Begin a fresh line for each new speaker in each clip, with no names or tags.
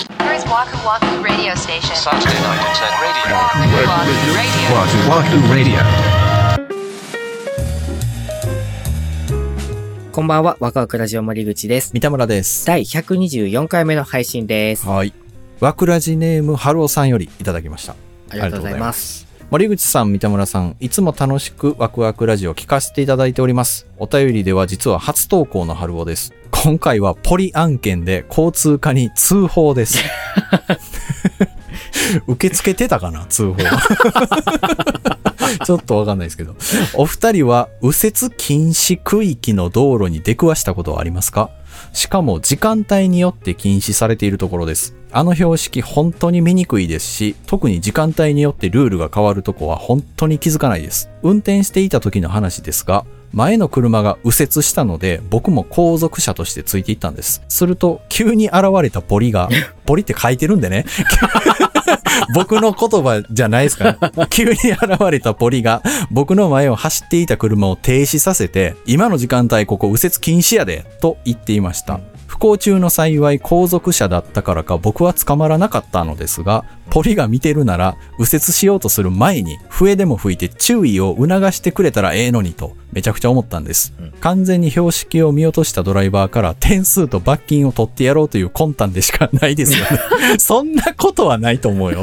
Waku Waku Radio Station.
Saturday night at 10 radio.
Waku Waku Radio.
Wahoo Wahoo Radio.
こんばんは、ワクワクラジオ森口です。
三田村です。
第124回目の配信です。
はい。わくらじネーム春尾さんよりいただきました。
ありがとうございます。
森口さん、三田村さん、いつも楽しくワクワクラジオ聞かせていただいております。お便りでは実は初投稿の春尾です。今回はポリ案件で交通課に通報です。受け付けてたかな通報。 ちょっとわかんないですけど。お二人は右折禁止区域の道路に出くわしたことはありますかしかも時間帯によって禁止されているところです。あの標識本当に見にくいですし、特に時間帯によってルールが変わるとこは本当に気づかないです。運転していた時の話ですが、前の車が右折したので僕も後続車としてついていったんです。すると急に現れたポリが、ポリって書いてるんでね、僕の言葉じゃないですから。急に現れたポリが、僕の前を走っていた車を停止させて、今の時間帯ここ右折禁止やで、と言っていました。不幸中の幸い後続車だったからか僕は捕まらなかったのですが、ポリが見てるなら右折しようとする前に笛でも吹いて注意を促してくれたらええのにとめちゃくちゃ思ったんです。完全に標識を見落としたドライバーから点数と罰金を取ってやろうという魂胆でしかないですよ ね。そんなことはないと思うよ。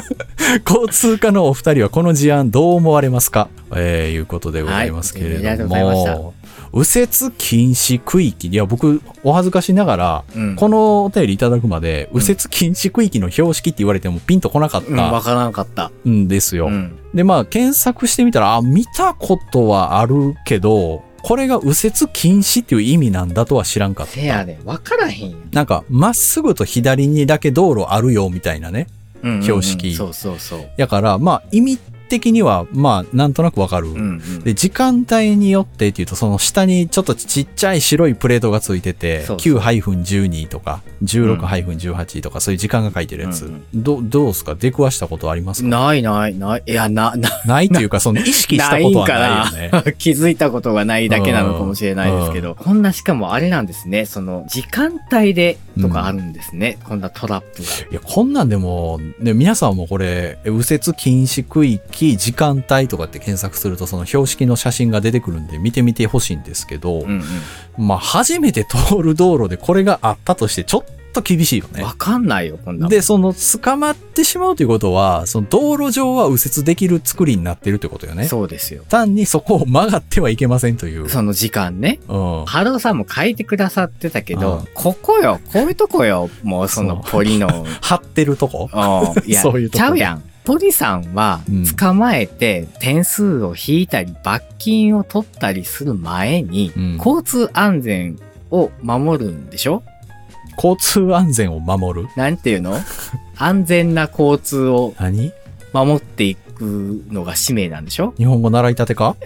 交通課のお二人はこの事案どう思われますかえー、いうことでございますけ
はいあ
れ
りがと
ど
うございました
も。右折禁止区域。いや、僕、お恥ずかしながら、
うん
このお便りいただくまで、右折禁止区域の標識って言われてもピンとこなかっ
うん、わ
た
からんかった。
んですよ。
うん。
で、まあ、検索してみたら、あ、見たことはあるけど、これが右折禁止っていう意味なんだとは知らんかった。
せやねん、わからへんやん。
なんか、まっすぐと左にだけ道路あるよ、みたいなね。
うんうんうん
標識
そうそうそう。
やから、まあ、意味的には、まあ、なんとなくわかる。
うん、うん。
で、時間帯によってっていうと、その下にちょっとちっちゃい白いプレートがついてて、
そうそう
9-12とか、16-18とか、そういう時間が書いてるやつ。
うん
ど、どうですか出くわしたことありますか
ないないない。いや、な、な、
ないというか、その意識したことはないよね。
気づいたことがないだけなのかもしれないですけど。こんな、しかもあれなんですね。その、時間帯でとかあるんですね。こんなトラップが。
いや、こんなんでも、ね、皆さんもこれ、右折禁止区域、時間帯とかって検索すると、その標識の写真が出てくるんで、見てみてほしいんですけど、
うん
まあ、初めて通る道路でこれがあったとして、ちょっと厳しいよ
うん。
ね
わ。かんないよ、こんなもん。
で、その、捕まってしまうということは、その、道路上は右折できる作りになってるってことよね。
そうですよ。
単にそこを曲がってはいけませんという。
その時間ね。
うん。
ハローさんも書いてくださってたけど、
うん
ここよ、こういうとこよ、もうその
そう
ポリ の。
張ってるとこ
うんいや、
そういうとこ
ちゃうやん。ポリさんは
うん
捕まえて点数を引いたり罰金を取ったりする前に、
うん
交通安全を守るんでしょ
交通安全を守る
なんていう の安全な交通を
何
守っていくのが使命なんでしょ
日本語習いたてか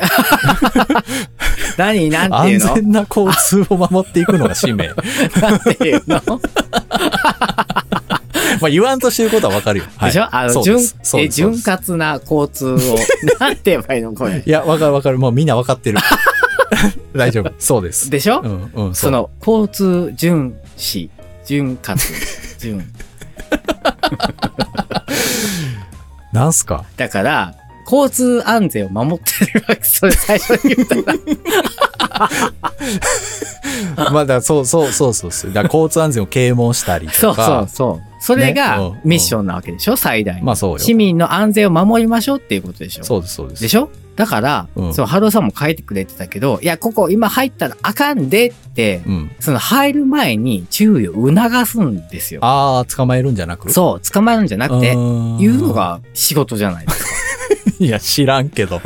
何なんてい
安
うの
全な交通を守っていくのが使命。ま
なんていうの
あ言わんとしてることはわかるよ。はい
でしょあの、
そうで
潤
すそう
え
ですそうで
潤
す
滑な交通を、 なんて言えばいいのこれ。
いや、わかるわかる。もうみんなわかっ てる。大丈夫。そうです。
でしょ、
うん、うん、
その、交通巡視、潤滑、巡。
う。なんすか
だから、交通安全を守ってるわけ。それ最初に言 ったら。
まあだから、そうそうそうそうそう。だから交通安全を啓蒙したりとか。
そうそうそう。それ
ね
が
うん
ミッションなわけでしょ最大の。
まあそうよ
市民の安全を守りましょうっていうことでしょ
そうです、そうです。
でしょだから、
うん
その、ハローさんも書いてくれてたけど、いや、ここ今入ったらあかんでって、
うん。
その入る前に注意を促すんですよ。
ああ、捕まえるんじゃなく
そう、捕まえるんじゃなくて
う、ーん
言うの。が仕事じゃないですか。
いや、知らんけど。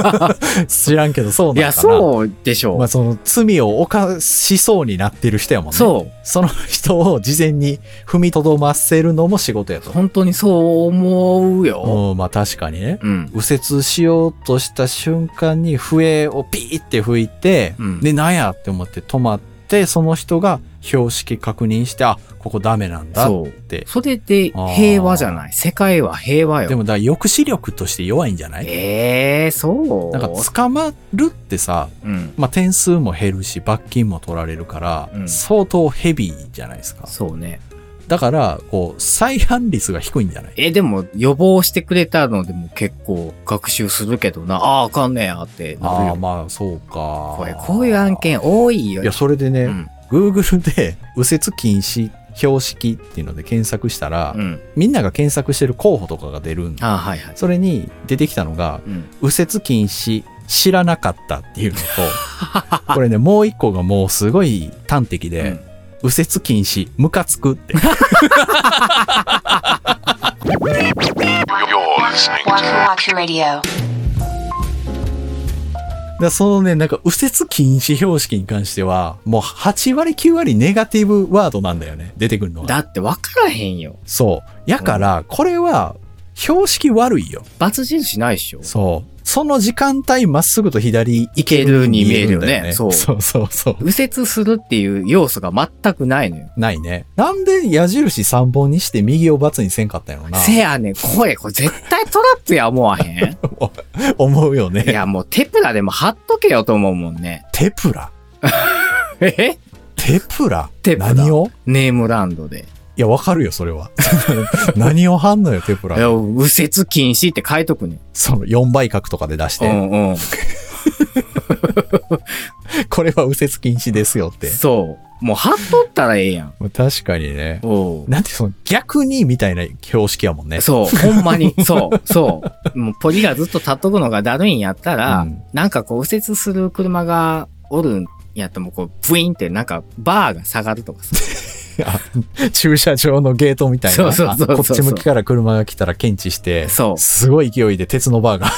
知らんけど、そうな
い
んかな。
や、そうでしょう。
まあ、その、罪を犯しそうになってる人やもんね。
そ
その人を事前に踏みとどませるのも仕事や
う。
と。
本当にそう思うよ。
うん、まあ確かにね。
うん。
右折しようとした瞬間に笛をピーって吹いて、
うん
で、なんやって思って止まって、その人が標識確認して、あ、ここダメなんだ
そ
っ
う
て。
それで
あー
平和じゃない。世界は平和
で
よ。
も、だから抑止力として弱いんじゃない
ええー、そう。
なんか捕まるってさ、
うん。
まあ、点数も減るし罰金も取られるから、
うん
相当ヘビーじゃないですか
そうね。
だから、こう、再犯率が低いんじゃない
え、でも予防してくれたのでも結構学習するけどな、ああ、あかんねやってなる
ああ、
よ。
まあ、そうか。
これ、こういう案件多いよ。
いや、それでね、
うん
Google で 右折禁止標識っていうので検索したら、
うん。
みんなが検索してる候補とかが出るんだ。
ああ、はいはい。
それに出てきたのが、
うん。
右折禁止知らなかったっていうのと、これね、もう一個がもうすごい端的で、
うん
右折禁止ムカつく って。
You're listening
Waku
to
Waku Radio.
だそのね、なんか右折禁止標識に関しては、もう8割9割ネガティブワードなんだよね。出てくるのは。
だって分からへんよ。
そう。やから、これは、標識悪いよ。
罰印ないっしょ。
そう。その時間帯まっすぐと左行け
行け
る
るに
に
見
見
え
え
る
る
よ
よ
ね
ね。
そう
そうそうそう
右折するっていう要素が全くないのよ。
ないね。なんで矢印3本にして右を×にせんかったんやろな。
せやねん、これ、これ絶対トラップや思わへん
思うよ
い
ね。
や、もうテプラでも貼っとけよと思うもんね。
テプラ。
え
テプラ
テプラ
何を
ネームランドで。
いや、わかるよ、そ れは。何を貼んのよ、テプ
いや
ラ。
右折禁止って書いとくねん。
その4倍角とかで出し
う
て、
んうん。
これは右折禁止ですよって。
そう。もう貼っとったらええやん。
もう確かにね。
おう
なんてその逆にみたいな標識やもん ね。
そう、ほんまに。そう、そう。もうポリがずっと立っとくのがだるいんやったら、
うん
なんかこう右折する車がおるんやったらもうこう、ブインってなんかバーが下がるとかさ。
駐車場のゲートみたいな。
そうそうそうそう
あこっち向きから車が来たら検知して、
そう
すごい勢いで鉄のバーが。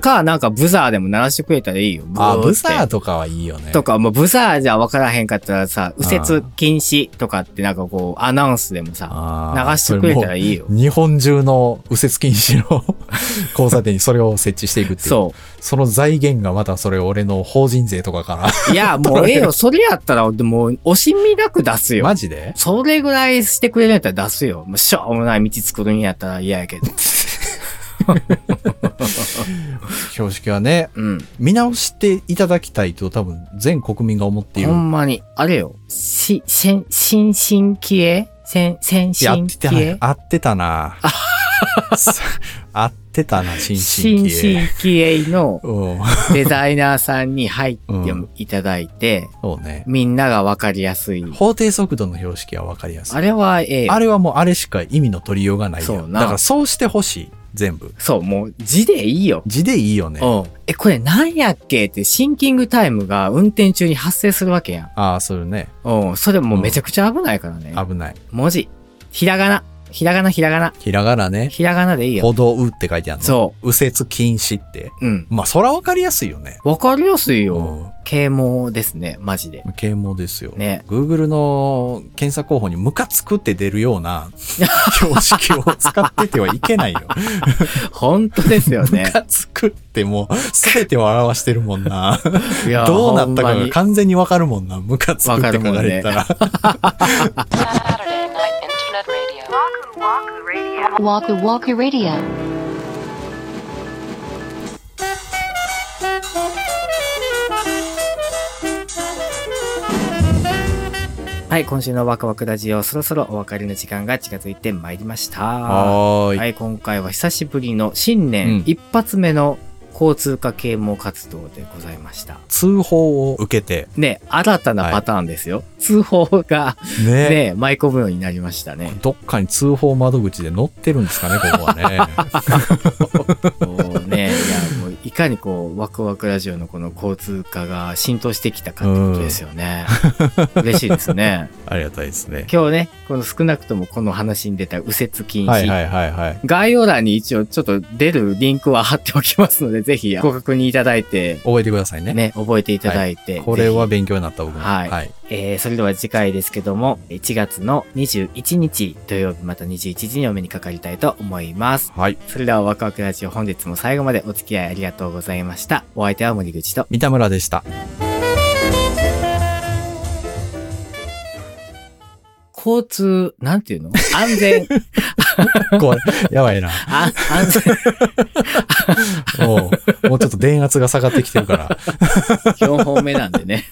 か、なんかブザーでも鳴らしてくれたらいいよ。ブ
あ、ブ
ーって
ザーとかはいいよね。
とか、もうブザーじゃ分からへんかったらさ、右折禁止とかってなんかこう、アナウンスでもさ、
あ
流
ー
してくれたらいいよ
それ。も日本中の右折禁止の 交差点にそれを設置していくっていう。
そ
その財源がまたそれ俺の法人税とかか
う。いや、もうええよ。それやったら、もう、惜しみなく出す
ら。
よ。
マジで
それぐらいしてくれるんやったら出すよ。もうしょうもない道作るんやったら嫌やけど。
標識はね、
うん。
見直していただきたいと多分全国民が思っている
ほ。んまに。あれよ。し、せん、心身気鋭先、先
やっ
進
て
気
たな
鋭。
合ってた な。合ってたな、新進
心
気鋭。
身気鋭の
うん。
デザイナーさんに入っていただいて、
そうね。
みんながわかりやすい。
法定速度の標識はわかりやすい。
あれはええよ
あれはもうあれしか意味の取りようがない
そ
よ。
うな
だからそうしてほしい。全部。
そう、もう字でいいよ。
字でいいよね。
うん。え、これなんやっけってシンキングタイムが運転中に発生するわけやん。
ああ、それね。
うん。それもうめちゃくちゃ危ないからね。
危ない。
文字。ひらがな。ひらがな、ひらがな。
ひらがなね。
ひらがなでいいよ。
歩道って書いてあるの。。
そう
右折禁止って。
う。うん。
まあ、そらわかりやすいよね。
わかりやすいうよ。
ん。
啓蒙ですね、マジで。
啓蒙ですよ。
ね
Google の検索候補にムカつくって出るような 標識を使っててはいけないよ。
本当ですよ
ム
ね。
カつくってもう全てを表してるもんな。
いや
どうなったかが
か
完全にわかるもんな。ムカつくって書かれたら。
Saturday Night Internet Radio. Waku Waku Radio. Waku Waku Radio.
はい、今週のワクワクラジオ、そろそろお別れの時間が近づいてまいりました。
はーい。
はい、今回は久しぶりの新年
うん
一発目の交通課啓蒙活動でございました。
通報を受けて。
ね、新たなパターンですよ。通報が
ね。
ね、舞い込むようになりましたね。
どっかに通報窓口で載ってるんですかね、ここは ね。
こうね、いや、もういかにこう、ワクワクラジオのこの交通課が浸透してきたかってことですよね。嬉しいですね。
ありがたいですね。
今日ね、この少なくともこの話に出た右折禁止。
はいはいはいはい。
概要欄に一応ちょっと出るリンクは貼っておきますので、ぜひご確認いただいて、
覚えてくださいね。
ね、覚えていただいて。
これは
ぜひ
勉強になった僕も。
はい
はい。
えーそれでは次回ですけども、1月の21日土曜日また21時にお目にかかりたいと思います。
はい。
それではワクワクラジオ本日も最後までお付き合いありがとうございました。お相手は森口と。
三田村でした。
交通、なんていうの安全、
怖い。やばいな。
あ安
もう、もうちょっと電圧が下がってきてるから。
全、4本目なんでね。